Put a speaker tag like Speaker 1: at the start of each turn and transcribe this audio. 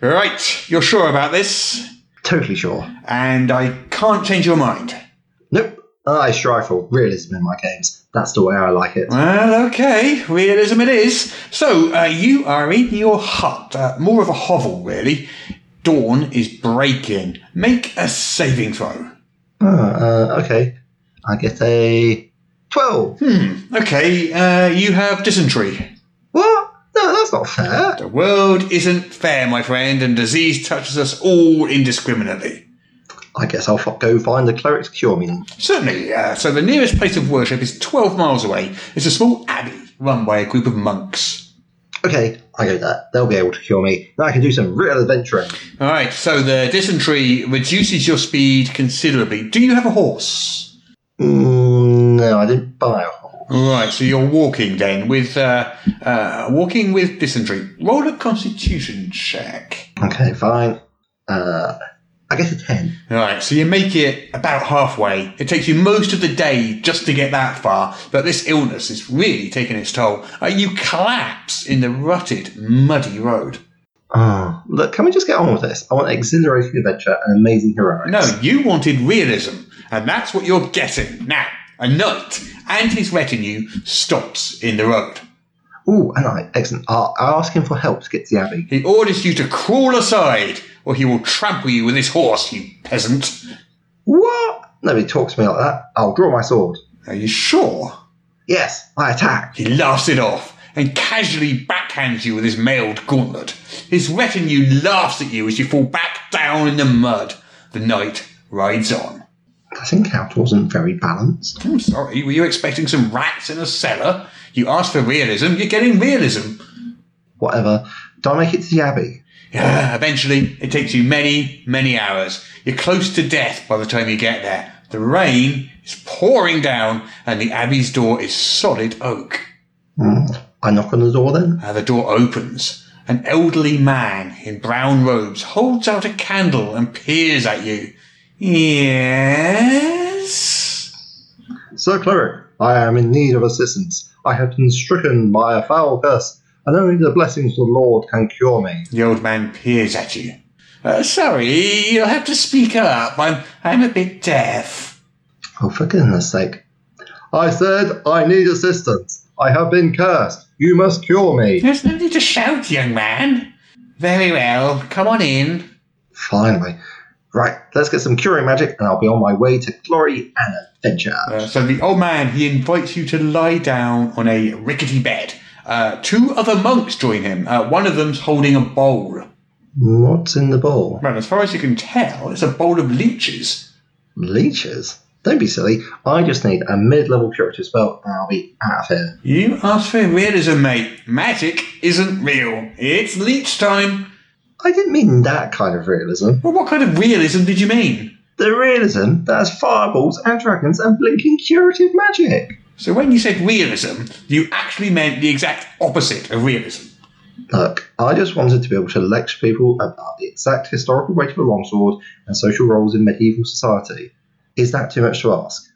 Speaker 1: Right, you're sure about this,
Speaker 2: Totally sure.
Speaker 1: and I can't change your mind.
Speaker 2: Nope. Uh, I strive for realism in my games. That's the way I like it.
Speaker 1: Well, okay, realism it is. So, uh, you are in your hut, uh, more of a hovel, really. Dawn is breaking. Make a saving throw.
Speaker 2: Ah, uh, okay. I get a 12.
Speaker 1: Okay, uh, you have dysentery.
Speaker 2: What? No, that's not fair.
Speaker 1: The world isn't fair, my friend, and disease touches us all indiscriminately.
Speaker 2: I guess I'll f- go find the cleric's cure me then.
Speaker 1: Certainly, uh, so the nearest place of worship is 12 miles away. It's a small abbey run by a group of monks.
Speaker 2: Okay, I go there. They'll be able to cure me. Now I can do some real adventuring.
Speaker 1: Alright, so the dysentery reduces your speed considerably. Do you have a horse?
Speaker 2: Mm, no, I didn't buy a horse.
Speaker 1: Right, so you're walking then with uh, uh, walking with dysentery. Roll a constitution check.
Speaker 2: Okay, fine. Uh, I get a 10.
Speaker 1: Right, so you make it about halfway. It takes you most of the day just to get that far, but this illness is really taking its toll. Uh, you collapse in the rutted, muddy road.
Speaker 2: Oh, look, can we just get on with this? I want exhilarating adventure and amazing heroics.
Speaker 1: No, you wanted realism, and that's what you're getting. Now, a knight and his retinue stops in the road.
Speaker 2: Ooh, and I, excellent. I'll, I'll ask him for help to get to the abbey.
Speaker 1: He orders you to crawl aside, or he will trample you with his horse, you peasant.
Speaker 2: What? Nobody talks to me like that. I'll draw my sword.
Speaker 1: Are you sure?
Speaker 2: Yes, I attack.
Speaker 1: He laughs it off and casually backhands you with his mailed gauntlet. His retinue laughs at you as you fall back down in the mud. The knight rides on.
Speaker 2: This encounter wasn't very balanced.
Speaker 1: I'm sorry, were you expecting some rats in a cellar? You asked for realism, you're getting realism.
Speaker 2: Whatever. Do I make it to the abbey?
Speaker 1: Yeah, eventually, it takes you many, many hours. You're close to death by the time you get there. The rain is pouring down, and the abbey's door is solid oak.
Speaker 2: I knock on the door then.
Speaker 1: Uh, the door opens. An elderly man in brown robes holds out a candle and peers at you. Yes?
Speaker 2: Sir Cleric, I am in need of assistance. I have been stricken by a foul curse, and only the blessings of the Lord can cure me.
Speaker 1: The old man peers at you. Uh, sorry, you'll have to speak up. I'm, I'm a bit deaf.
Speaker 2: Oh, for goodness sake. I said I need assistance. I have been cursed. You must cure me.
Speaker 1: There's no need to shout, young man. Very well, come on in.
Speaker 2: Finally. Right, let's get some curing magic, and I'll be on my way to glory and adventure.
Speaker 1: Uh, so the old man he invites you to lie down on a rickety bed. Uh, two other monks join him. Uh, one of them's holding a bowl.
Speaker 2: What's in the bowl?
Speaker 1: Well, as far as you can tell, it's a bowl of leeches.
Speaker 2: Leeches? Don't be silly. I just need a mid-level curative spell, and I'll be out of here.
Speaker 1: You asked for realism, mate. Magic isn't real. It's leech time.
Speaker 2: I didn't mean that kind of realism.
Speaker 1: Well, what kind of realism did you mean?
Speaker 2: The realism that has fireballs and dragons and blinking curative magic.
Speaker 1: So when you said realism, you actually meant the exact opposite of realism.
Speaker 2: Look, I just wanted to be able to lecture people about the exact historical weight of a longsword and social roles in medieval society. Is that too much to ask?